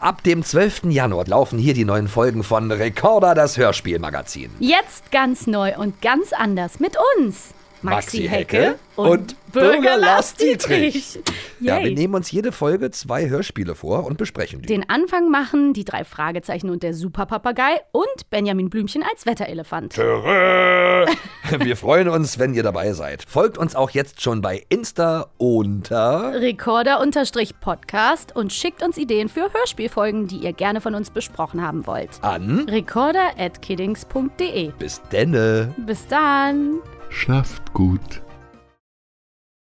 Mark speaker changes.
Speaker 1: Ab dem 12. Januar laufen hier die neuen Folgen von Recorder, das Hörspielmagazin.
Speaker 2: Jetzt ganz neu und ganz anders mit uns.
Speaker 1: Maxi Hecke und Bürger Lars Dietrich. Ja, wir
Speaker 2: Yay.
Speaker 1: nehmen uns jede Folge zwei Hörspiele vor und besprechen die.
Speaker 2: Den Anfang machen die drei Fragezeichen und der Superpapagei und Benjamin Blümchen als Wetterelefant.
Speaker 1: wir freuen uns, wenn ihr dabei seid. Folgt uns auch jetzt schon bei Insta unter.
Speaker 2: Recorder-Podcast und schickt uns Ideen für Hörspielfolgen, die ihr gerne von uns besprochen haben wollt.
Speaker 1: An.
Speaker 2: Recorder@kiddings.de.
Speaker 1: Bis denne.
Speaker 2: Bis dann.
Speaker 3: Schlaft gut.